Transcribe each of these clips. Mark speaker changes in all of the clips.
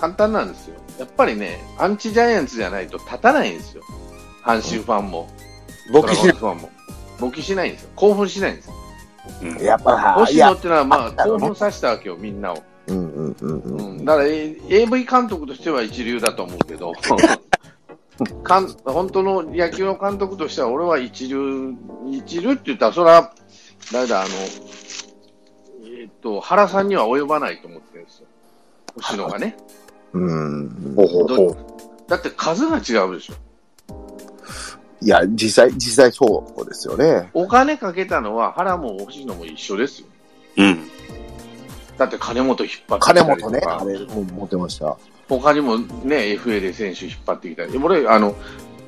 Speaker 1: 簡単なんですよ。やっぱりね、アンチジャイアンツじゃないと立たないんですよ。阪神ファンも、
Speaker 2: 勃起しない
Speaker 1: ドラゴンズファンも。勃起しないんですよ。興奮しないんですよ。
Speaker 2: うん
Speaker 3: やっぱな、い
Speaker 1: 星野
Speaker 3: や、
Speaker 1: ってのは、ま
Speaker 3: あ
Speaker 1: あ、
Speaker 3: ったろう
Speaker 1: 興
Speaker 3: ね
Speaker 1: 奮させたわけよ、みんなを。
Speaker 3: うんうんうん
Speaker 1: う
Speaker 3: う。
Speaker 1: んん、だから、A、AV 監督としては一流だと思うけ ど、かん本当の野球の監督としては、俺は一流、一流って言ったら、それは、誰だ、あの、えーっと、原さんには及ばないと思ってるんですよ。星野がね。
Speaker 3: うん
Speaker 2: ほうほうほう。
Speaker 1: だって数が違うでしょ。
Speaker 3: いや、実際、実際そうですよね。
Speaker 1: お金かけたのは原も星野も一緒ですよ。
Speaker 2: うん。
Speaker 1: だって金本引っ張ってきたりと
Speaker 3: 金
Speaker 1: か
Speaker 3: 本ね、あれ、うん持ってました。
Speaker 1: 他にもね、FA で選手引っ張ってきたり、俺、あの、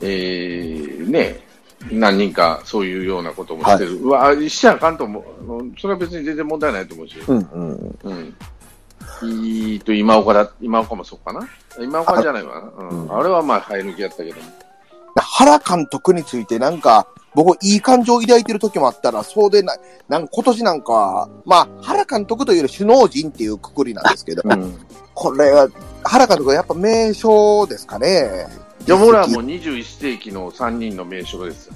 Speaker 1: えー、ね、何人かそういうようなこともしてる。うわ、しちゃあかんと思うあの。それは別に全然問題ないと思うし。
Speaker 3: うんうん。
Speaker 1: うん。いいと、今岡だ、今岡もそうかな。今岡じゃないわ。あ,、うん
Speaker 3: うん
Speaker 1: あれはまあ、生え抜きやったけども。
Speaker 3: 原監督についてなんか、僕、いい感情を抱いてる時もあったら、そうでない。なんか今年なんか、まあ、原監督というより首脳陣っていうくくりなんですけど、
Speaker 1: うん。
Speaker 3: これは、原監督はやっぱ名将ですかね。
Speaker 1: じゃあ、俺はもう21世紀の3人の名称ですよ。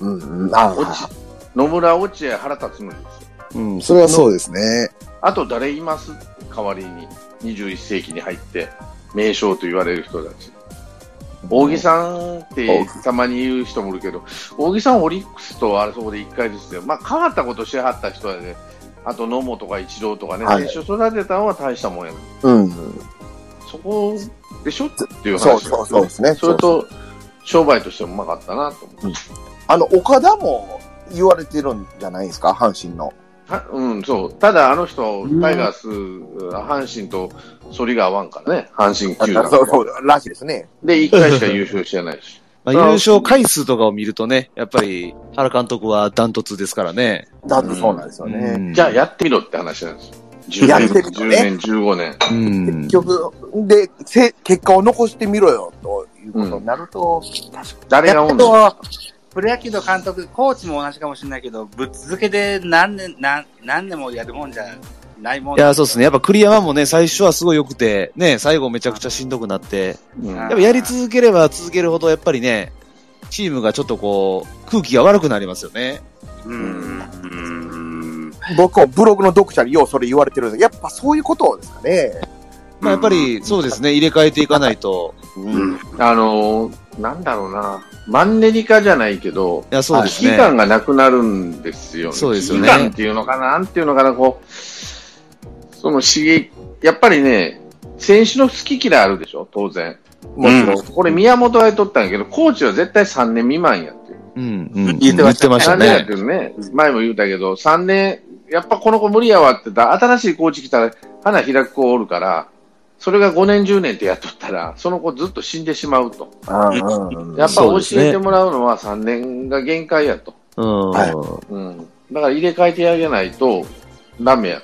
Speaker 3: うんうん、あ
Speaker 1: 落ち野村、落合、原辰徳ですよ。
Speaker 3: うん、それはそうですね。
Speaker 1: あと誰います代わりに、21世紀に入って、名将と言われる人たち。大木さんってたまに言う人もいるけど、大木さん、オリックスとあそこで1回ですよ、まあ、変わったことしはった人やで、あと野茂とか一郎とかね、
Speaker 3: はい
Speaker 1: 選手育てたのは大したもんやね
Speaker 3: うん。
Speaker 1: そこでしょっていう
Speaker 3: そう
Speaker 1: 話
Speaker 3: そうそうですね。
Speaker 1: それと、商売としてもうまかったなと思う。
Speaker 3: あの、岡田も言われてるんじゃないですか、阪神の。
Speaker 1: はうん、そう。ただ、あの人、タイガース、阪神と反りが合わんからね、阪神球団。
Speaker 3: そうそう、らしいですね。
Speaker 1: で、1回しか優勝してないし。
Speaker 4: まあ、優勝回数とかを見るとね、やっぱり原監督はダントツですからね。
Speaker 3: だってそうなんですよ
Speaker 4: う
Speaker 3: ね。
Speaker 4: ん
Speaker 1: じゃあやってみろって話なんですよ。10
Speaker 3: やっ
Speaker 1: 年、
Speaker 3: てみろ
Speaker 1: 10
Speaker 3: ね
Speaker 1: 年、15年。
Speaker 4: うん
Speaker 3: 結局、で、せ結果を残してみろよ、ということになると、
Speaker 1: 誰が
Speaker 5: やっ
Speaker 1: おんの
Speaker 5: とプロ野球の監督、コーチも同じかもしれないけど、ぶっ続けで何年、何何年もやるもんじゃないもん
Speaker 4: いや、そうですね。やっぱ栗山もね、最初はすごい良くて、ね、最後めちゃくちゃしんどくなって、
Speaker 1: うん
Speaker 4: やっぱやり続ければ続けるほど、やっぱりね、チームがちょっとこう、空気が悪くなりますよね。
Speaker 5: うん。
Speaker 2: うん。
Speaker 3: 僕もブログの読者にようそれ言われてるんですやっぱそういうことですかね。
Speaker 4: まあ、やっぱり、そうですね、入れ替えていかないと。
Speaker 2: うん。
Speaker 1: あのーなんだろうな。マンネリ化じゃないけど、
Speaker 4: いや、そうで
Speaker 1: 危
Speaker 4: す
Speaker 1: 機
Speaker 4: ね。
Speaker 1: 感がなくなるんですよね。
Speaker 4: そうですよね
Speaker 1: 危機感っていうのかな、なんていうのかな、こう、その刺激、やっぱりね、選手の好き嫌いあるでしょ、当然。
Speaker 3: もちろん。
Speaker 1: これ宮本が言っとったんやけど、コーチは絶対3年未満やって。
Speaker 4: うん、うん。
Speaker 3: 言ってました
Speaker 4: 言って
Speaker 1: 3
Speaker 4: ま
Speaker 1: 年や
Speaker 4: し
Speaker 1: ってるね。前も言うたけど、3年、やっぱこの子無理やわって言ったら新しいコーチ来たら花開く子おるから、それが5年10年ってやっとったら、その子ずっと死んでしまうと。
Speaker 3: うん
Speaker 1: やっぱ
Speaker 4: そ
Speaker 1: 教
Speaker 4: うですね
Speaker 1: えてもらうのは3年が限界やと。
Speaker 4: たね。うん。
Speaker 1: うん。だから入れ替えてあげないとダメや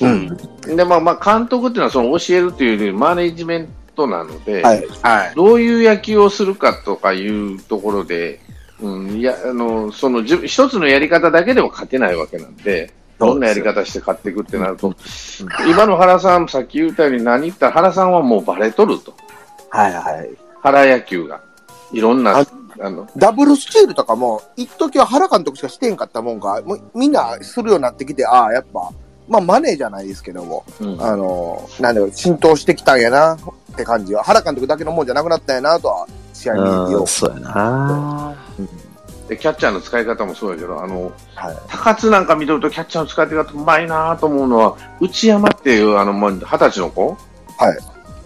Speaker 3: うん。
Speaker 1: と。で、まあまあ監督っていうのはその教えるっていうよりマネジメントなので、
Speaker 3: はい。
Speaker 5: はい。
Speaker 1: どういう野球をするかとかいうところで、うん、いや、あの、その、じゅ一つのやり方だけでは勝てないわけなんで、どんなやり方して勝っていくってなると、今の原さん、さっき言ったように何言ったら原さんはもうバレとると。
Speaker 3: はいはい。
Speaker 1: 原野球が。いろんな、
Speaker 3: あ
Speaker 1: あの、
Speaker 3: ダブルスチールとかも、一時は原監督しかしてんかったもんが、もうみんなするようになってきて、ああ、やっぱ、まあマネーじゃないですけども、
Speaker 1: うん
Speaker 3: あの、なんだろう、浸透してきたんやなって感じは、原監督だけのもんじゃなくなったんやなとは、試合見てよ
Speaker 4: うん、そうやな。
Speaker 1: でキャッチャーの使い方もそうやけど、あの、
Speaker 3: はい
Speaker 1: 高津なんか見とるとキャッチャーの使い方うまいなと思うのは、内山っていう、あの、まあ二十歳の子
Speaker 3: はい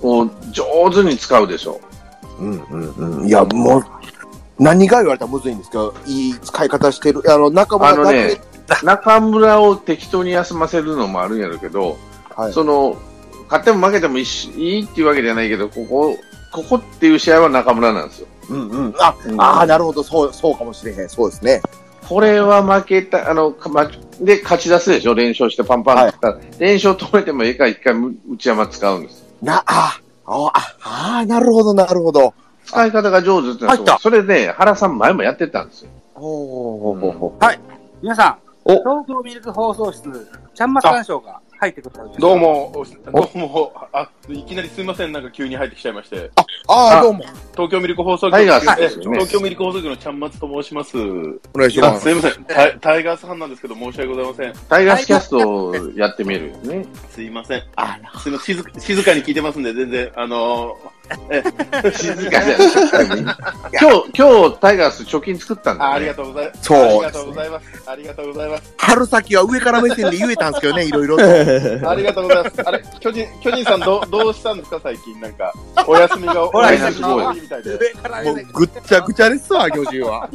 Speaker 1: を上手に使うでし ょ。
Speaker 3: う。うんうんうん。いや、もう、何が言われたらむずいんですけど、いい使い方してる。あの、中
Speaker 1: あ
Speaker 3: 村
Speaker 1: の
Speaker 3: だけ、
Speaker 1: ね、中村を適当に休ませるのもあるんやろうけど、
Speaker 3: はい。
Speaker 1: その、勝っても負けてもいいしいいっていうわけじゃないけど、ここ、ここっていう試合は中村なんですよ。
Speaker 3: うんうん。あ、ああ、なるほど、そう、そうかもしれへん。そうですね。
Speaker 1: これは負けた、あの、かま、で、勝ち出すでしょ連勝してパンパンって、連勝止めてもええから一回む内山使うんです。
Speaker 3: な、ああ、あああ、なるほど、なるほど。
Speaker 1: 使い方が上手ってのはそう
Speaker 3: 入った
Speaker 1: それね、原さん前もやってたんですよ。
Speaker 3: ほうほうほうほう。
Speaker 5: 皆さん、
Speaker 4: お
Speaker 5: 東京ミルク放送室、ちゃんまさん賞が入ってください。
Speaker 2: どうも、おどうも、あ、いきなりすみません、なんか急に入ってきちゃいまして。
Speaker 3: ああ、
Speaker 1: あ
Speaker 3: どうも。
Speaker 2: 東京ミルク放送局、
Speaker 1: タイガースですよね
Speaker 2: 東京ミルク放送局のちゃんまつと申します。
Speaker 3: お願いし
Speaker 2: あ
Speaker 3: ますす。
Speaker 2: みませんタイ、タイガースファンなんですけど、申し訳ございません。
Speaker 1: タイガースキャストをやってみるよね。
Speaker 2: すいません。あすいません静か、静かに聞いてますんで、全然、あの
Speaker 1: 静かじゃない今日、今日タイガース貯金作ったん
Speaker 2: ー、ああ
Speaker 1: だ
Speaker 2: り
Speaker 1: よ
Speaker 2: が
Speaker 1: ね。
Speaker 2: とうございます。
Speaker 3: そう
Speaker 2: ありがとうございます。ありがとうございます。
Speaker 3: 春先は上から目線で言えたんですけどね、いろいろと。
Speaker 2: ありがとうございます。あれ、巨人、巨人さん、どう、どうしたんですか、最近、なんか。お休みが、
Speaker 1: ほ
Speaker 2: お
Speaker 1: ら
Speaker 2: 休みが多いみたいで。
Speaker 3: もうぐっちゃぐちゃですわ、巨人は。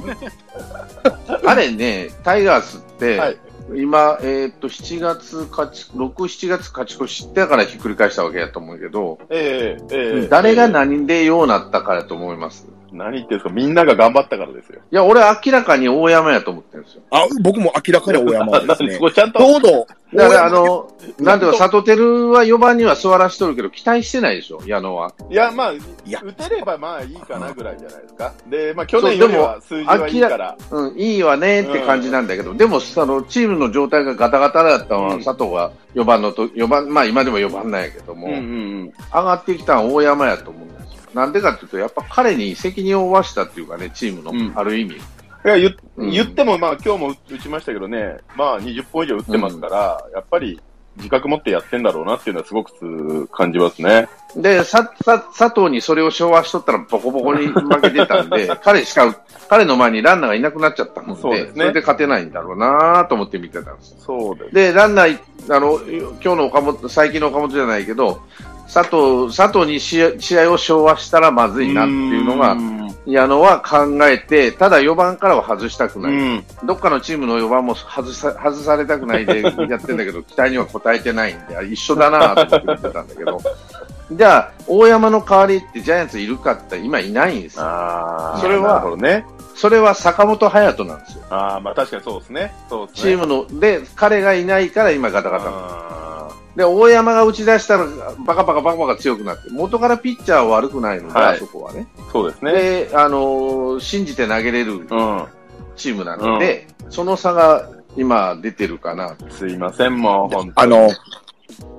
Speaker 1: あれね、タイガースって、
Speaker 2: はい
Speaker 1: 今、えーっと、7月勝ち、6、7月勝ち越しってからひっくり返したわけやと思うけど、
Speaker 2: えええええ
Speaker 1: 誰が
Speaker 2: な
Speaker 1: 何でようなったからと思います。
Speaker 2: 何言ってんですか、みんなが頑張ったからですよ。
Speaker 1: いや、俺明らかに大山やと思ってるんですよ。
Speaker 3: あ、僕も明らかに大山 です
Speaker 2: そ
Speaker 3: ね。
Speaker 2: こちゃんと
Speaker 3: ち、ょうど、
Speaker 1: だから、あの、なんていうか、サトテルは4番には座らしとるけど、期待してないでしょ、矢野は。
Speaker 2: いや、まあ、
Speaker 3: や
Speaker 2: 打てればまあいいかなぐらいじゃないですか。で、まあ去年よりは数字はいいから。
Speaker 1: うん、いいわねって感じなんだけど、でも、その、チームの状態がガタガタだったのは、
Speaker 2: うん
Speaker 1: 佐藤が4番のと、4番、まあ今でも4番なんやけども、
Speaker 2: うんうん
Speaker 1: 上がってきたのは大山やと思うんですよ。なんでかっていうと、やっぱ彼に責任を負わしたっていうかね、チームの、
Speaker 2: うん
Speaker 1: ある意味。
Speaker 2: うん。いや言っ
Speaker 1: うん
Speaker 2: 言ってもまあ今日も打ちましたけどね、まあ20本以上打ってますから、やっぱり自覚持ってやってんだろうなっていうのはすごく感じますね。
Speaker 1: で、さ、さ、佐藤にそれを昭和しとったらボコボコ に負けてたんで、彼しか、彼の前にランナーがいなくなっちゃったので、
Speaker 2: そうですね
Speaker 1: れで勝てないんだろうなと思って見てたんですよ。
Speaker 2: そうです。
Speaker 1: で、ランナー、あの、今日の岡本、最近の岡本じゃないけど、佐藤、佐藤に試合試合を昭和したらまずいなっていうのが
Speaker 2: う、ん。
Speaker 1: 矢野は考えて、ただ4番からは外したく
Speaker 2: う
Speaker 1: ない。
Speaker 2: ん
Speaker 1: どっかのチームの4番も外さ外されたくないで やってんだけど、期待には応えてないんで、一緒だなと思って見てたんだけど、 じゃあ、大山の代わりってジャイアンツいるかって今いないんですよ。
Speaker 2: ああ、
Speaker 1: それは
Speaker 2: なるほどね。
Speaker 1: それは坂本隼人なんですよ。
Speaker 2: ああ、まあ確かにそうですね。そうです
Speaker 1: チ
Speaker 2: ね。
Speaker 1: ームの、で、彼がいないから今ガタガタ。
Speaker 2: あ
Speaker 1: で、大山が打ち出したら、バカバカバカバカ強くなって、元からピッチャーは悪くないので、
Speaker 2: はい
Speaker 1: あそこはね。
Speaker 2: ーそうですね。
Speaker 1: で、あのー信じて投げれる
Speaker 2: う
Speaker 1: チームなので、その差が今出てるかな。
Speaker 2: ん。すいません、もう、本当
Speaker 3: あの、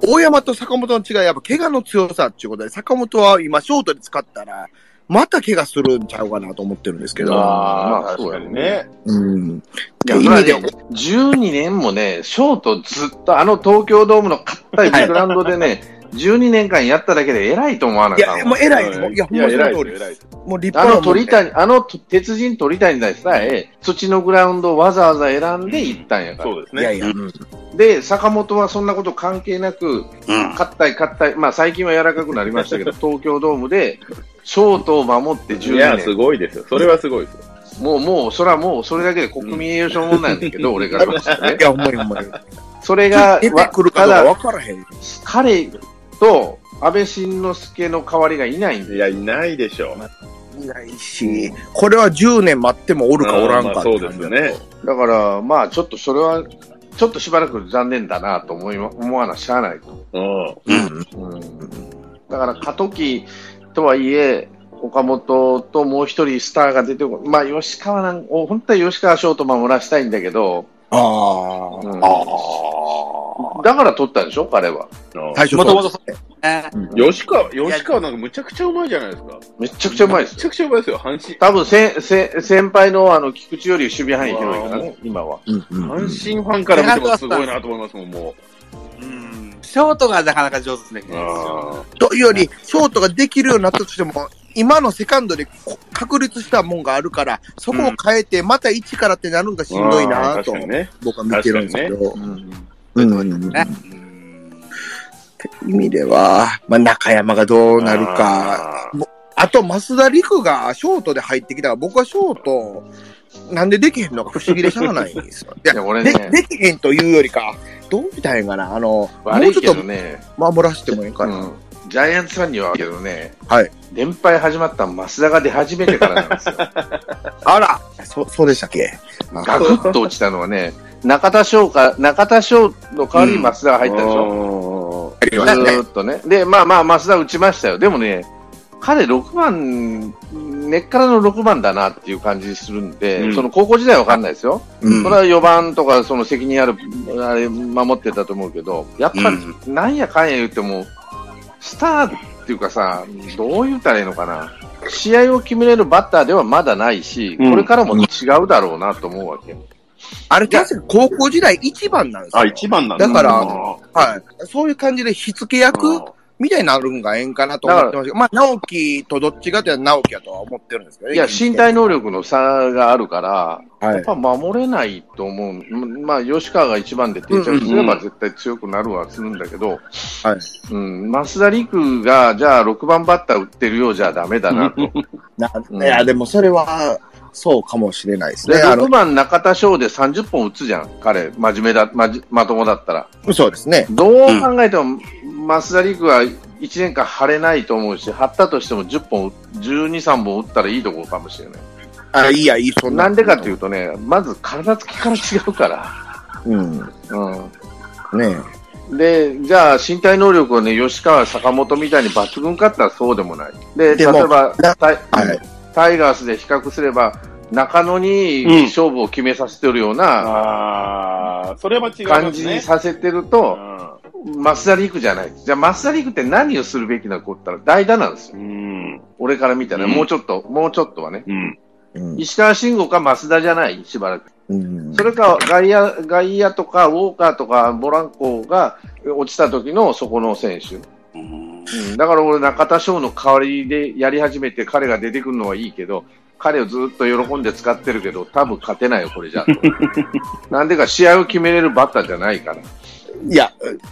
Speaker 3: 大山と坂本の違い、やっぱ怪我の強さっていうことで、坂本は今ショートで使ったら、また怪我するんちゃうかなと思ってるんですけど。
Speaker 2: ああ、
Speaker 1: まあ
Speaker 2: 確かに
Speaker 1: そうや
Speaker 2: ね。
Speaker 3: うん。
Speaker 1: いや、
Speaker 3: 意味で
Speaker 1: まあね12年もね、ショートずっとあの東京ドームの硬いグラウンドでね、12年間やっただけで偉いと思わないい
Speaker 3: や、もう偉いです。もういや、ほんまそ
Speaker 2: 偉い
Speaker 3: の通
Speaker 2: です
Speaker 3: り
Speaker 2: 偉
Speaker 3: で
Speaker 2: いです
Speaker 3: す。もう立
Speaker 1: あの
Speaker 3: 派なもんで
Speaker 1: 鳥谷、あのと鉄人鳥谷でさえ、土のグラウンドをわざわざ選んで行ったんやから。
Speaker 2: そうです
Speaker 3: いや
Speaker 2: ね。
Speaker 3: いや、うん
Speaker 1: で、坂本はそんなこと関係なく、
Speaker 2: うん
Speaker 1: 硬い硬い、まあ最近は柔らかくなりま したけど、東京ドームで、ショートを守って
Speaker 2: いや、す
Speaker 1: 10
Speaker 2: ごいですよ。それはすごいですよ。
Speaker 1: 年。もう、もう、それはもう、それだけで国民栄誉賞もんなんだけ ど、俺からしたらね
Speaker 3: い。や、ほんまにほんまに。
Speaker 1: それが、
Speaker 3: 出てくるか
Speaker 1: た
Speaker 3: どう
Speaker 1: だ、
Speaker 3: か分からへん。
Speaker 1: 彼と安倍晋之助の代わりがいないんで、
Speaker 2: いや、いないでしょう。
Speaker 3: いないし、これは10年待ってもおるかおらん
Speaker 2: ま
Speaker 3: か
Speaker 2: あそうですよね。
Speaker 1: だから、まあ、ちょっとそれは、ちょっとしばらく残念だなと思いま思わなしゃあないと。
Speaker 2: う
Speaker 1: だから、過渡期とはいえ、岡本ともう一人スターが出てこまあ、吉川なん、お本当は吉川翔と守らしたいんだけど、
Speaker 3: ああ
Speaker 1: うん
Speaker 3: あ
Speaker 1: だから取ったでしょ、彼は。
Speaker 2: ん。
Speaker 3: 最初
Speaker 5: もとも
Speaker 3: そ
Speaker 5: と
Speaker 3: う
Speaker 5: そ
Speaker 3: ですね
Speaker 5: ね
Speaker 2: 吉川、吉川なんかむちゃくちゃうまいじゃないですか。
Speaker 1: めっちゃくちゃうまいで
Speaker 2: め
Speaker 1: す
Speaker 2: ちゃ
Speaker 1: よ。
Speaker 2: くちゃうまいですよ、阪神。
Speaker 1: 多分せ、せ、先輩のあの、菊池より守備範囲広いからね、今は。
Speaker 3: うんうんうん
Speaker 2: 阪神ファンから見てもすごいなと思いますもん、も
Speaker 5: うん。ショートがなかなか上手でき
Speaker 2: う。
Speaker 5: ないですよ。
Speaker 2: あ
Speaker 3: というより、ショートができるようになったとしても、今のセカンドでこ確立したもんがあるから、そこを変えて、また一からってなるのがしんどいなぁと
Speaker 2: 確か、にね。
Speaker 3: 僕は見てるんですけど。
Speaker 1: うん
Speaker 3: うん
Speaker 5: ね
Speaker 3: 意味では、まあ、中山がどうなるか、
Speaker 2: か。
Speaker 3: あと、増田陸がショートで入ってきたから、僕はショート、なんでできへんのか不思議でしゃあないんですよ。い や
Speaker 1: いや、俺
Speaker 3: で
Speaker 1: ね、
Speaker 3: できへんというよりか、どうみたいんかな、あの、
Speaker 1: 悪いけど
Speaker 3: もうち
Speaker 1: ね、
Speaker 3: ょっと守らせてもいいかな。
Speaker 1: うん、ジャイアンツファンには悪いけどね、
Speaker 3: はい
Speaker 1: 連敗始まった増田が出始めてからなんですよ。
Speaker 3: あら、そ、そうでしたっけ
Speaker 1: ガクッと落ちたのはね、中田翔か、中田翔の代わりに増田が入ったでしょ、
Speaker 2: ょ
Speaker 1: ずーっとね。で、まあまあ、増田打ちましたよ。でもね、彼6番根っからの6番だなっていう感じするんで、
Speaker 2: うん
Speaker 1: その高校時代は分かんないですよ、
Speaker 5: うん
Speaker 1: それは4番とかその責任あるあれ守ってたと思うけど、やっぱりなんやかんや言っても、スターっていうかさ、どう言ったらいいのかな、試合を決めれるバッターではまだないし、
Speaker 2: うん
Speaker 1: これからも違うだろうなと思うわけ。
Speaker 3: あれ、確か高校時代一番なんですよ。
Speaker 2: あ、一番なんだ。
Speaker 3: だから
Speaker 2: うん
Speaker 3: はい。そういう感じで火付け役みたいになるんがええんかなと思ってましたけど、まあ、直樹とどっちがという直樹やとは思ってるんですけどね。
Speaker 1: いや、
Speaker 3: 現
Speaker 1: 身
Speaker 3: 時点
Speaker 1: 体能力の差があるから、
Speaker 3: はい
Speaker 1: やっぱ守れないと思う。まあ、吉川が一番で定着すれば絶対強くなるはするんだけど、
Speaker 3: はい
Speaker 1: うん、増田陸が、じゃあ6番バッター打ってるようじゃダメだなと。
Speaker 3: な
Speaker 1: うん
Speaker 3: いや、でもそれは、そうかもしれないですね。
Speaker 1: で、
Speaker 3: あ
Speaker 1: 6番中田翔で30本打つじゃん、彼、真面目だ、まじ、まともだったら。
Speaker 3: の、そうですね。
Speaker 1: どう考えても、増田陸は1年間張れないと思うし、張ったとしても10本、12、3本打ったらいいとこかもしれない。
Speaker 3: あ、いいや、いい、そんな。。
Speaker 1: なんでかといううとね、まず体つきから違うから。
Speaker 3: うん。
Speaker 1: うん。
Speaker 3: ね
Speaker 1: で、じゃあ身体能力をね、吉川、坂本みたいに抜群かったらそうでもない。で、例え
Speaker 3: でも
Speaker 1: ば
Speaker 3: な
Speaker 1: タイ、
Speaker 3: はい
Speaker 1: タイガースで比較すれば、中野
Speaker 2: うん
Speaker 1: に勝負を決めさせてるような
Speaker 2: ああ、それは違いま
Speaker 1: 感
Speaker 2: す
Speaker 1: じ
Speaker 2: ね
Speaker 1: に。させてると、増田陸じゃない。じゃあ増田陸って何をするべきな子って言ったら代打なんです
Speaker 2: う
Speaker 1: よ。
Speaker 2: ん。うん
Speaker 1: 俺から見たら、
Speaker 2: うん
Speaker 1: もうちょっと、もうちょっとはね。
Speaker 2: うん。
Speaker 3: うん。
Speaker 1: 石川慎吾か増田じゃない、しばらく。
Speaker 3: うん
Speaker 1: それか外野、外野とかウォーカーとかボランコが落ちた時のそこの選手。
Speaker 5: うん
Speaker 1: うんだから俺、中田翔の代わりでやり始めて、彼が出てくるのはいいけど、彼をずっと喜んで使ってるけど、多分勝てないよ、これじゃ と。なんでか、試合を決めれるバッターじゃないから。
Speaker 3: いや、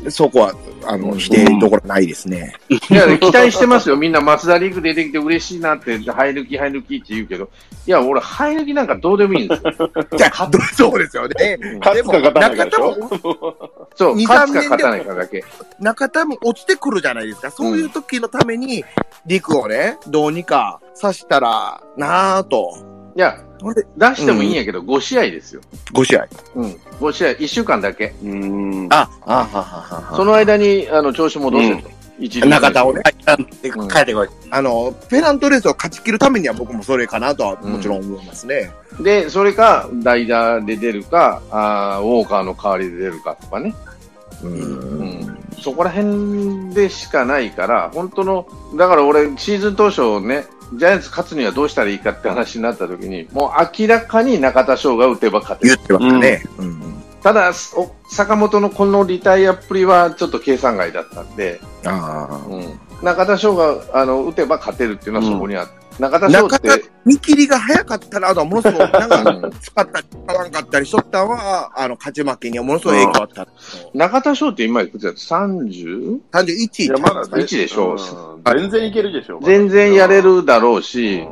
Speaker 3: そこは、あの、否定どころないですね。
Speaker 1: いや、期待してますよ、みんな、松田リーグ出てきて嬉しいなって、生え抜き、生え抜きって言うけど、いや、俺、生え抜きなんかどうでもいいん ですよ。
Speaker 3: じゃあ、そうですよ ね。
Speaker 2: 勝つか勝たないかでしょ
Speaker 3: 中田も、
Speaker 1: そう、
Speaker 3: 二
Speaker 1: 勝つか
Speaker 3: 三年
Speaker 1: 勝
Speaker 3: で
Speaker 1: たないかだけ。
Speaker 3: 中田も落ちてくるじゃないですか。そういう時のために、陸をね、どうにかさしたらなぁと。
Speaker 1: いや、
Speaker 3: ほんで、
Speaker 1: 出してもいいんやけど、5試合ですよ。
Speaker 3: 5試合。
Speaker 1: うん、5試合、1週間だけ。
Speaker 2: うん。
Speaker 3: あ、あははは
Speaker 1: その間に、あの、調子戻せと。一流
Speaker 3: 中田をね、
Speaker 1: うん
Speaker 5: 帰ってこい。
Speaker 3: あの、ペナントレースを勝ち切るためには僕もそれかなとはもちろん思いますね。
Speaker 1: で、それか、代打で出るか、あーウォーカーの代わりで出るかとかね。
Speaker 3: うん。
Speaker 1: うん。そこら辺でしかないから、本当の、だから俺、シーズン当初ね、ジャイアンツ勝つにはどうしたらいいかって話になった時に、もう明らかに中田翔が打てば勝て
Speaker 3: 言
Speaker 1: る。
Speaker 3: ってましたね。うん。
Speaker 1: ただ、お坂本のこのリタイアっぷりはちょっと計算外だったんで、
Speaker 3: あ
Speaker 1: うん。中田翔が、あの、打てば勝てるっていうのはそこにあって、中
Speaker 3: あ。
Speaker 1: 田翔っ
Speaker 3: 中田
Speaker 1: て、、
Speaker 3: 見切りが早かったら、あとはものすごく、なんか、
Speaker 1: うん
Speaker 3: 使ったり、使わんかったりしとったんは、あの、勝ち負けにはものすごい影響あった。
Speaker 1: 中田翔って今いくつやつ ?30?
Speaker 3: 31
Speaker 2: い
Speaker 3: 位
Speaker 2: や、まだ
Speaker 1: 一でしょ
Speaker 2: うん全然いけるでしょ。
Speaker 1: 全然やれるだろう
Speaker 2: う
Speaker 1: し、
Speaker 2: ん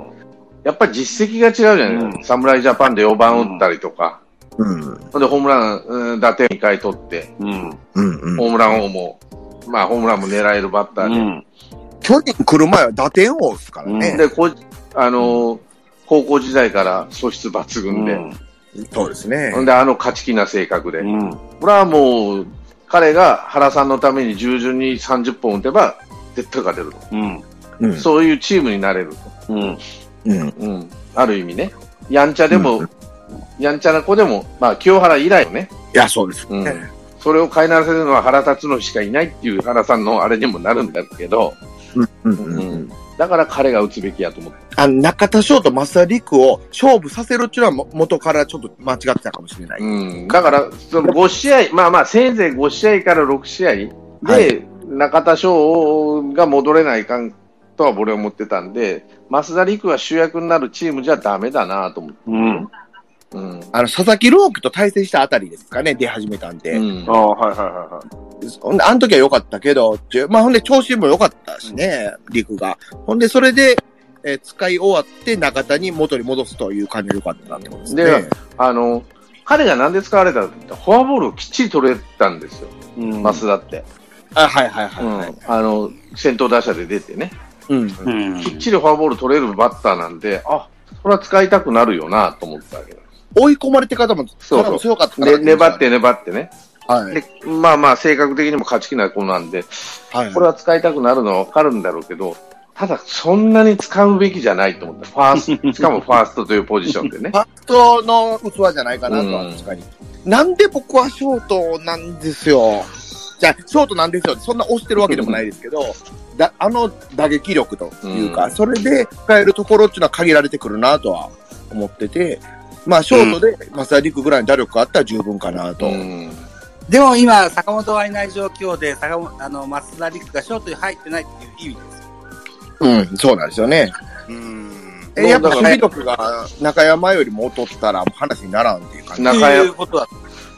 Speaker 1: やっぱり実績が違うじゃないです
Speaker 2: うん
Speaker 1: か。侍ジャパンで4番打ったりとか、
Speaker 3: うん。
Speaker 1: ほんでホームラン、うん打点2回取って、
Speaker 2: うん。
Speaker 3: うんうん。
Speaker 1: ホームラン王も、まあホームランも狙えるバッタ
Speaker 2: う
Speaker 1: ー
Speaker 2: ん。
Speaker 3: 去年来る前は打点王ですから
Speaker 1: で、
Speaker 3: ね。
Speaker 1: でこうあのー高校時代から素質抜群で、
Speaker 3: そうですね。
Speaker 1: ほんであの勝ち気な性格で、
Speaker 2: うん。
Speaker 1: これはもう、彼が原さんのために従順に30本打てば、絶対勝てると、
Speaker 2: うん。
Speaker 3: うん
Speaker 1: そういうチームになれると。
Speaker 2: うん。
Speaker 3: うん。
Speaker 1: うん、ある意味ね、やんちゃでも、やんちゃな子でも、まあ、清原以来のね、
Speaker 3: いや、そうです。
Speaker 1: うんそれを飼いならせるのは原辰徳しかいないっていう原さんのあれにもなるんだけど、
Speaker 3: うん
Speaker 1: うんだから彼が打つべきやと思って、
Speaker 3: あの中田翔と増田陸を勝負させるっていうのはも元からちょっと間違ってたかもしれない。
Speaker 1: うん、だからその5試合、まあまあ、せいぜい5試合から6試合で、
Speaker 3: はい
Speaker 1: 中田翔が戻れないかんとは俺は思ってたんで、増田陸が主役になるチームじゃダメだなと思って。
Speaker 2: うん。
Speaker 1: うん
Speaker 3: あの、佐々木朗希と対戦したあたりですかね、出始めたんで。
Speaker 1: うん
Speaker 2: ああ、はいはいはいはい。
Speaker 3: ほんで、あの時は良かったけど、っていうまあほんで調子も良かったしね、陸が。ほんで、それで、えー使い終わって中田に元に戻すという感じが良かったなってことですね。
Speaker 1: であの彼が何で使われたかって言ったらフォアボールをきっちり取れたんですよ、
Speaker 2: うん
Speaker 1: 増田って、
Speaker 3: あ、はいはいは
Speaker 1: う
Speaker 3: い
Speaker 1: ん
Speaker 3: はい。
Speaker 1: あの先頭打者で出てね、
Speaker 3: うん。
Speaker 5: うん
Speaker 1: きっちりフォアボール取れるバッターなんで、あそれは使いたくなるよなと思ったわけです
Speaker 3: 追い込まれて方も、
Speaker 1: そう
Speaker 3: 体も強かったから
Speaker 1: で粘っ。て粘ってね、
Speaker 3: はい。
Speaker 1: でまあまあ、性格的にも勝ち気な子なんで、
Speaker 3: はい
Speaker 1: これは使いたくなるのは分かるんだろうけど、ただ、そんなに使うべきじゃないと思った。ファースト、しかもファーストというポジション でね。
Speaker 3: ファーストの器じゃないかなとは
Speaker 1: うん
Speaker 3: 確かに。なんで僕はショートなんですよ。じゃあ、ショートなんですよって。そんな押してるわけでもないですけど、だあの打撃力というか、
Speaker 1: うん
Speaker 3: それで使えるところっていうのは限られてくるなとは思ってて、まあ、ショートでマサイリクぐらいの打力があったら十分かなと。
Speaker 1: うん
Speaker 5: でも今、坂本はいない状況で、坂本、あの、松田陸がショートに入ってないっていう意味です。
Speaker 3: うん、そうなんですよね。
Speaker 5: うん。
Speaker 3: えやっぱ守備力が中山よりも劣ったら話にならんっていう感じ。
Speaker 1: 中
Speaker 5: とい
Speaker 1: 山
Speaker 5: うことは、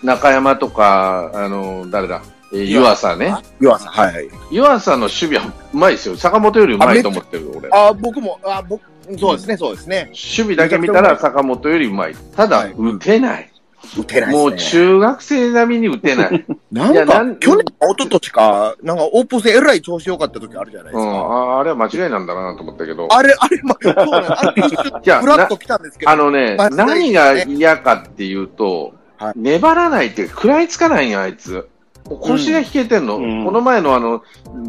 Speaker 1: 中山とか、あの、誰だ、えー湯浅ね。
Speaker 3: 弱さ、はい。
Speaker 1: 湯浅の守備はうまいですよ。坂本よりうまいと思ってる、俺。守
Speaker 3: あ、僕も、あ、僕、そうですね、そうですね。
Speaker 1: 備だけ見たら坂本よりうまい。ただ、
Speaker 3: はい
Speaker 1: 打てない。
Speaker 3: 打てないですね。
Speaker 1: もう中学生並みに打てない。
Speaker 3: なん
Speaker 1: いやな
Speaker 3: か、
Speaker 1: ん
Speaker 3: 去年、一昨年か、なんかオープン戦えらい調子良かった時あるじゃないで
Speaker 1: う
Speaker 3: すか。
Speaker 1: ん、ああれは間違いなんだなと思ったけど。
Speaker 3: あれ、あれ、まあ、そうなんですあれ一瞬、
Speaker 1: いや
Speaker 3: フラッと来たんですけど、
Speaker 1: あのね、
Speaker 3: まあ
Speaker 1: 何が嫌かっていうと、
Speaker 3: はい
Speaker 1: 粘らないっていうか食らいつかないんや、あいつ。腰が引けてんの、
Speaker 2: うん
Speaker 1: この前のあの、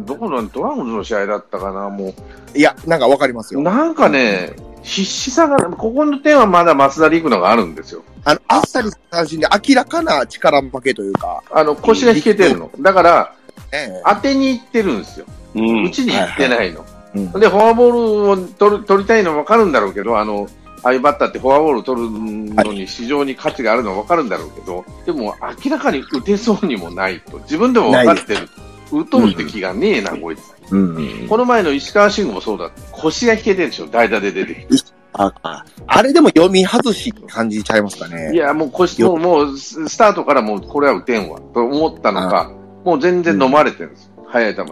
Speaker 1: どこのドラゴンズの試合だったかな、も
Speaker 3: いや、なんかわかります
Speaker 1: う。
Speaker 3: よ。
Speaker 1: なんかね、必死さが、ここの点はまだ増田陸のがあるんですよ。
Speaker 3: あの、あっさり三振で明らかな力負けというか、
Speaker 1: あの、腰が引けてんの。だから、
Speaker 3: ね、
Speaker 1: 当てに行ってるんですよ。
Speaker 2: うん
Speaker 1: 打ちに行ってないの。
Speaker 3: うん
Speaker 1: で、フォアボールを取る取りたいのは分かるんだろうけど、あの、ああいうバッターってフォアボールを取るのに非常に価値があるのは分かるんだろうけど、でも明らかに打てそうにもないと。自分でも分かってる。打とうって気がねえな、こいつ。
Speaker 3: うん。
Speaker 1: この前の石川慎吾もそうだ。腰が引けてるでしょ、代打で出てき
Speaker 3: あああれでも読み外し感じちゃいますか
Speaker 1: て。い
Speaker 3: ね。
Speaker 1: や、もう腰、もう、もうススタートからもうこれは打てんわ、と思ったのか、もう全然飲まれてるんですよ。早い球に。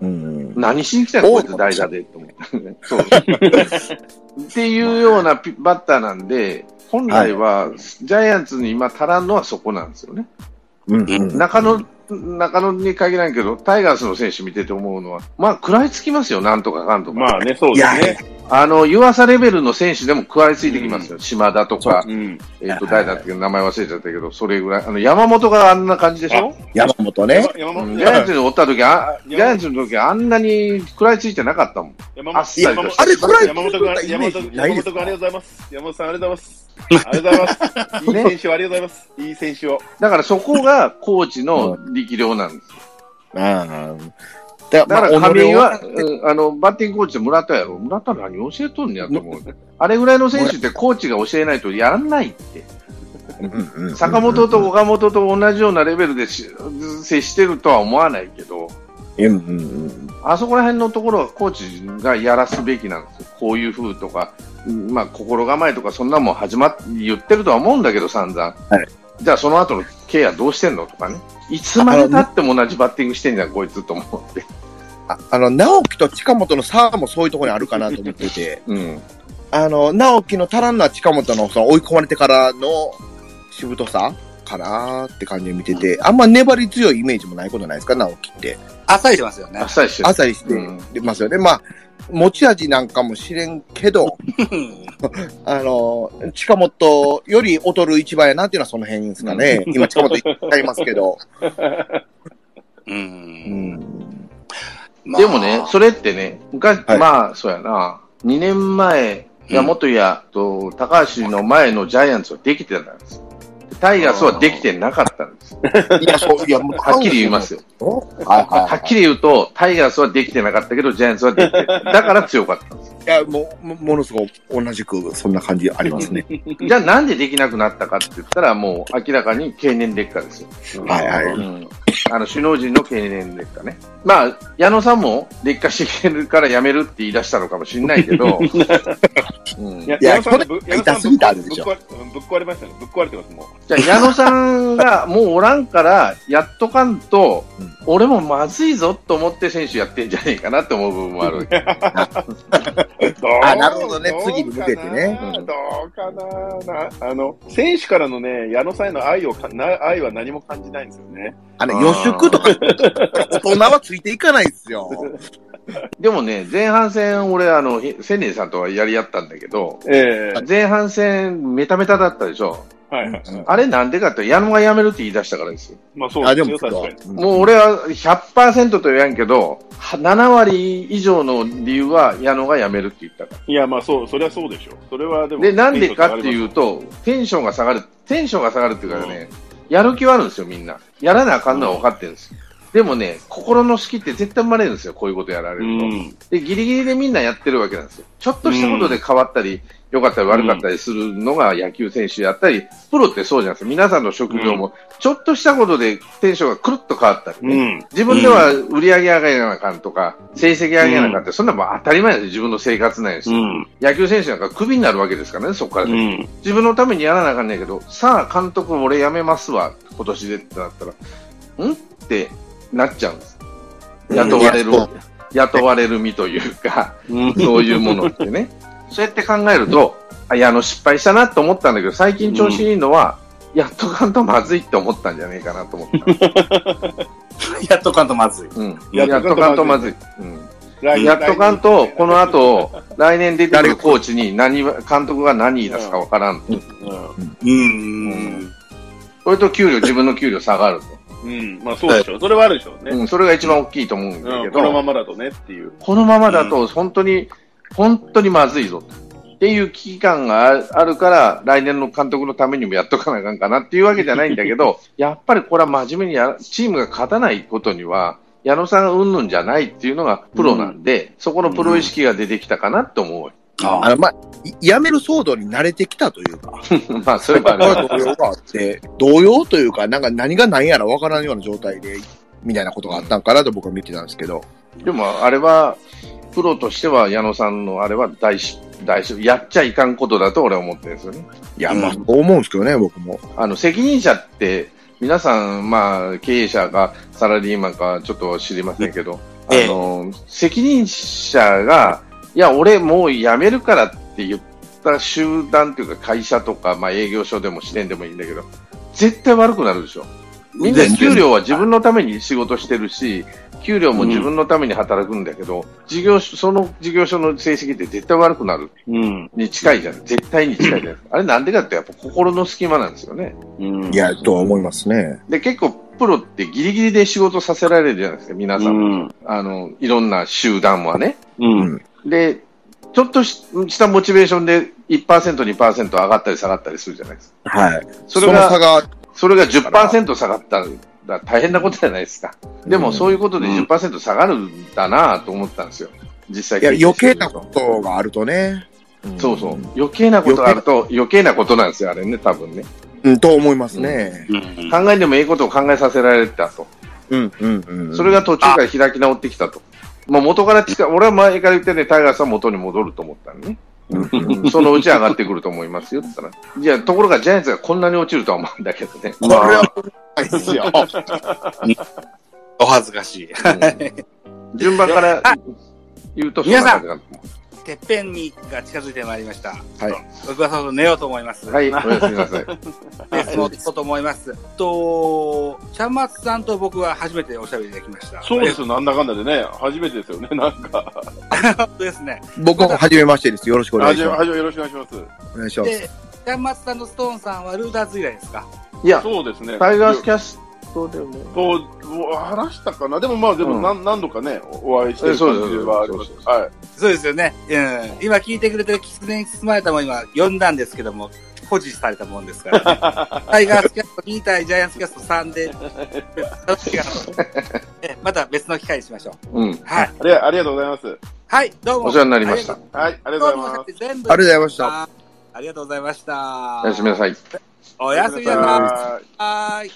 Speaker 3: うん。
Speaker 1: 何しに来たのこいつ代打でって思った。そう。っていうようなピバッターなんで、本来は、ジャイアンツに今足らんのはそこなんですよね。
Speaker 3: うんうん
Speaker 1: 中野、中野に限らんけど、タイガースの選手見てて思うのは、まあ、食らいつきますよ、なんとかかんとか。
Speaker 2: まあね、そうですね。
Speaker 1: あの、湯浅レベルの選手でも食らいついてきますよ。島田とか、
Speaker 2: うん。
Speaker 1: えっ、と、誰だったっけ、名前忘れちゃったけど、それぐらい。あの、山本があんな感じでしょ
Speaker 3: 山本ね。
Speaker 2: 山
Speaker 1: う
Speaker 2: 本
Speaker 1: んジャイアンツにおった時、あ
Speaker 2: い
Speaker 1: ジ
Speaker 2: や
Speaker 1: ャイアンツの時あんなに食らいついてなかったもん。
Speaker 2: 山
Speaker 1: あっ
Speaker 2: 本
Speaker 1: さりとして
Speaker 3: あれくらい
Speaker 2: 山本君、
Speaker 3: 作ったイメ
Speaker 2: 山
Speaker 3: ー
Speaker 2: 本
Speaker 3: ジ
Speaker 2: 君、
Speaker 3: ない
Speaker 2: 山
Speaker 3: で
Speaker 2: 本
Speaker 3: す
Speaker 2: 君、ありがとうございます。山本さん、ありがとうございます。ありがとうございます。いい選手をありがとうございます。いい選手を。
Speaker 1: だからそこがコーチの力量なんです。
Speaker 3: あーだ
Speaker 1: だから
Speaker 3: まあ己
Speaker 1: 亀井
Speaker 3: を
Speaker 1: は、うんあの、バッティングコーチで村田やろ。村田何教えとんねやと思う。あれぐらいの選手ってコーチが教えないとやらないって。
Speaker 3: うんうん
Speaker 1: 坂本と岡本と同じようなレベルでし接してるとは思わないけど、
Speaker 3: うんうんうん
Speaker 1: あそこら辺のところはコーチがやらすべきなんですよ。こういう風とか、うんまあ心構えとかそんなもん始まっ、言ってるとは思うんだけど散々。
Speaker 3: はい
Speaker 1: じゃあその後のケアどうしてんのとかね。いつまで経っても同じバッティングしてんじゃん、こいつと思って。
Speaker 3: ああの、直樹と近本の差もそういうところにあるかなと思ってて。
Speaker 1: うん。
Speaker 3: あの、直樹の足らんのは近本のその追い込まれてからのしぶとさかなーって感じで見てて、あんま粘り強いイメージもないことないですか、直樹って。
Speaker 5: あっさりしてますよね
Speaker 1: あっ。さりしてる。
Speaker 3: 朝りしてますよね。まあ、持ち味なんかもしれんけど、
Speaker 5: うん
Speaker 3: あの、近本より劣る一番やなっていうのはその辺ですかね。今近本言っちゃいますけど。
Speaker 5: う。
Speaker 3: うんん。
Speaker 5: まあ
Speaker 1: でもね、それってね、昔、
Speaker 3: はい
Speaker 1: まあ、そうやな、2年前、
Speaker 5: うん
Speaker 1: 山本やと高橋の前のジャイアンツはできてたんです。タイガースはできてなかったんです。
Speaker 3: いや、そう、いや、もう
Speaker 1: はっきり言います
Speaker 3: よ。
Speaker 1: よ。
Speaker 3: はいはい、
Speaker 1: はっきり言うと、タイガースはできてなかったけど、ジャイアンツはでき てた。だから強かったんです。
Speaker 3: いや、もう、もものすごく同じくそんな感じありますね。
Speaker 1: じゃあなんでできなくなったかって言ったら、もう明らかに経年劣化ですよ。
Speaker 3: はいはい
Speaker 1: うんあの、首脳陣の経年劣化ね。まあ、矢野さんも劣化してきてるからやめるって言い出したのかもしれないけど、うん
Speaker 2: いや
Speaker 3: いや
Speaker 2: 山本さんぶ
Speaker 3: れ
Speaker 2: 山本さんぶ
Speaker 3: 痛すぎてあるでしょ
Speaker 2: ぶっ壊れうんぶっ壊れましたね。ぶっ壊れてます、もう。
Speaker 1: じゃあ矢野さんがもうおらんから、やっとかんと、
Speaker 3: うん
Speaker 1: 俺もまずいぞと思って選手やってんじゃねえかなって思う部分も ある。
Speaker 3: あなるほどね次に向けてね
Speaker 1: うん
Speaker 2: どうかななあの、選手からのね、矢野さんへの愛をかな、愛は何も感じないんですよね。
Speaker 3: あの、
Speaker 1: あー
Speaker 3: 予祝とか、 大人はついていかないですよ。
Speaker 1: でもね、前半戦、俺、あの、ひ千人さんとはやり合ったんだけど、
Speaker 2: ええ
Speaker 1: 前半戦、メタメタだったでしょ。
Speaker 2: はいはい。
Speaker 1: あれなんでかって、矢野が辞めるって言い出したからですよ。
Speaker 2: まあそう
Speaker 3: あ、で
Speaker 2: です
Speaker 3: も
Speaker 2: よ、確かに。
Speaker 3: うん
Speaker 1: もう俺は100%とは言わんけど、は7割以上の理由は矢野が辞めるって言ったか
Speaker 2: いや、まあそう、それはそうでしょ。それはで
Speaker 1: ら。
Speaker 2: も。
Speaker 1: で、なんでかっていう
Speaker 2: と。
Speaker 1: と、テンションが下がる、テンションが下がるっていうかね、やる気はあるんですよ、みんな。やらなあかんのは分かってるんですよ。でもね、心の隙って絶対生まれるんですよ、こういうことやられ
Speaker 2: う
Speaker 1: ると。
Speaker 2: ん。
Speaker 1: で、ギリギリでみんなやってるわけなんですよ。ちょっとしたことで変わったり、良かったり悪かったりするのが野球選手やったり、プロってそうじゃないですか。皆さんの職業も、ちょっとしたことでテンションがくるっと変わったり
Speaker 2: う
Speaker 1: ね。
Speaker 2: ん。
Speaker 1: 自分では売り上げ上げなあかんとか、成績上げなあかんって、そんなもん当たり前ですよ自分の生活なんです
Speaker 2: う
Speaker 1: よ。
Speaker 2: ん。
Speaker 1: 野球選手なんかクビになるわけですからね、そこから
Speaker 2: う
Speaker 1: 先、
Speaker 2: ん。
Speaker 1: 自分のためにやらなあかんねんけど、さあ監督俺辞めますわ、今年でってなったら、んってなっちゃうんです。雇われる
Speaker 3: いやそ、
Speaker 1: 雇われる身というか、
Speaker 2: うん。
Speaker 1: そういうものってね。そうやって考えると、あ、いや、あの、失敗したなと思ったんだけど、最近調子いいのは、やっとかんとまずいって思ったんじゃねえかなと思 った。
Speaker 5: やっとかんとまずい。
Speaker 1: うん。
Speaker 2: や
Speaker 1: や
Speaker 2: っ
Speaker 1: っ
Speaker 2: と
Speaker 1: と
Speaker 2: か
Speaker 1: か
Speaker 2: ん
Speaker 1: ん
Speaker 2: と
Speaker 1: と
Speaker 2: ま
Speaker 1: ま
Speaker 2: ず
Speaker 1: ず
Speaker 2: い
Speaker 1: い。うん。
Speaker 2: 来
Speaker 1: やっとかんと、この後、来年出てくるコーチに何は、監督が何言い出すかわからんと。
Speaker 2: う
Speaker 5: うん。
Speaker 1: それと給料、自分の給料下がると。
Speaker 2: ん。うん。まあそうでしょ。それはあるでしょうね。
Speaker 1: うん、それが一番大きいと思うんだ
Speaker 2: う
Speaker 1: け
Speaker 2: ん。
Speaker 1: ど、
Speaker 2: このままだとねっていう。
Speaker 1: このままだと本当に、本当にまずいぞっていう危機感がああるから、来年の監督のためにもやっとかなあかんかなっていうわけじゃないんだけ ど、やっぱりこれは真面目にやら、チームが勝たないことには、矢野さんうんぬんじゃないっていうのがプロなんで、そこのプロ意識が出てきたかなと思う。
Speaker 5: あ
Speaker 3: あの、まあ、い辞める騒動に慣れてきたというか、
Speaker 1: まあ、それはあれだ
Speaker 3: 動揺があって、動揺というか、なんか何が何やらわからんような状態で、みたいなことがあったんかなと僕は見てたんですけど、
Speaker 1: でも、あれは、プロとしては矢野さんのあれは大失大失やっちゃいかんことだと俺は思ってるんですよね。
Speaker 3: いや、まあ、そう思うんですけどね、僕も。
Speaker 1: あの、責任者って、皆さん、まあ、経営者か、サラリーマンか、ちょっと知りませんけど、あ
Speaker 5: ええ
Speaker 1: の、責任者が、いや、俺もう辞めるからって言った集団というか、会社とか、まあ、営業所でも支店でもいいんだけど、絶対悪くなるでしょ。みんな
Speaker 5: 全然
Speaker 1: 給料は自分のために仕事してるし、給料も自分のために働くんだけど、事業所、その事業所の成績って絶対悪くなる
Speaker 2: うん。
Speaker 1: に近いじゃん。絶対に近いじゃん。あれなんでかってやっぱ心の隙間なんですよね。
Speaker 2: うん。
Speaker 3: いや、とは思いますね。
Speaker 1: で、結構プロってギリギリで仕事させられるじゃないですか、皆
Speaker 2: う
Speaker 1: さん。
Speaker 2: ん。
Speaker 1: あの、いろんな集団はね。
Speaker 2: うん。
Speaker 1: で、ちょっとししたモチベーションで1%、2%上がったり下がったりするじゃないですか。
Speaker 3: はい。
Speaker 1: そ
Speaker 3: そ
Speaker 1: れ
Speaker 3: の
Speaker 1: が、
Speaker 3: 差が、
Speaker 1: それが10%下がったら大変なことじゃないですか。でもそういうことで
Speaker 2: うん
Speaker 1: 10%下がるんだなぁと思ったんですよ。実際
Speaker 3: いや、余計な
Speaker 1: こ
Speaker 3: ことがあるとね。ん
Speaker 1: そうそう。。余計なことがあると余計なことなんですよ、あれね、多分ね。
Speaker 3: うん、と思いますね。
Speaker 2: うん。
Speaker 1: 考えてもいいことを考えさせられたと。
Speaker 3: うん、うん、うん。
Speaker 1: それが途中から開き直ってきたと。まあ元から近い、俺は前から言ってね、タイガースは元に戻ると思ったのね。
Speaker 3: うん、うん
Speaker 1: うんそのうち上がってくると思いますよって言ったら。いや、ところがジャイアンツがこんなに落ちるとは思うんだけどね。
Speaker 3: これは、ないですよ。
Speaker 5: お恥ずかしい。
Speaker 1: うん順番から言うと、
Speaker 5: 皆さん
Speaker 1: そな感じ
Speaker 5: てっぺんにが近づいてまいりました。
Speaker 1: はい。
Speaker 5: 僕はそろそろ寝ようと思います。
Speaker 1: だはい、おやすみなさい。
Speaker 5: で、そのそうと思います。と、ちゃんまつさんと僕は初めておしゃべりできました。
Speaker 2: そうですよ、なんだかんだでね。初めてですよね、なんか。
Speaker 5: 本当ですね。
Speaker 3: 僕も初めましてです。よろしくお願
Speaker 2: はいじ
Speaker 3: し
Speaker 2: め、
Speaker 3: ます。
Speaker 2: はじめよろしくお願いします。
Speaker 3: お願いします。
Speaker 5: で、ちゃんまつさんとストーンさんはルーダーズ以来ですか
Speaker 1: いや、
Speaker 2: そうですね。
Speaker 1: タイガースキャストでも。
Speaker 2: そう、話したかなでもまあ、でも
Speaker 1: うん
Speaker 2: 何、何度かね、おお会いしてる感じはありま
Speaker 1: え
Speaker 2: す
Speaker 1: そうですそうで。す
Speaker 2: はい。
Speaker 5: そうですよね。うん。今聞いてくれてるキツネに包まれたもん今呼んだんですけども、保持されたもんです から、ね。タイガースキャスト2対ジャイアンツキャスト3で、 楽しいかなとえ また別の機会にしましょう。
Speaker 1: うん。
Speaker 5: はい。
Speaker 2: ありありがとうございます。
Speaker 5: はい、どうも。
Speaker 1: お世話になりました。
Speaker 2: はい、ありが
Speaker 5: ど
Speaker 2: と
Speaker 5: う
Speaker 2: う
Speaker 5: も
Speaker 2: ございます。
Speaker 5: 全部
Speaker 3: ありがとうございました。
Speaker 5: ありがとうございました。
Speaker 1: おやすみなさい。
Speaker 5: おやすみなさい。
Speaker 2: い。
Speaker 5: はーい。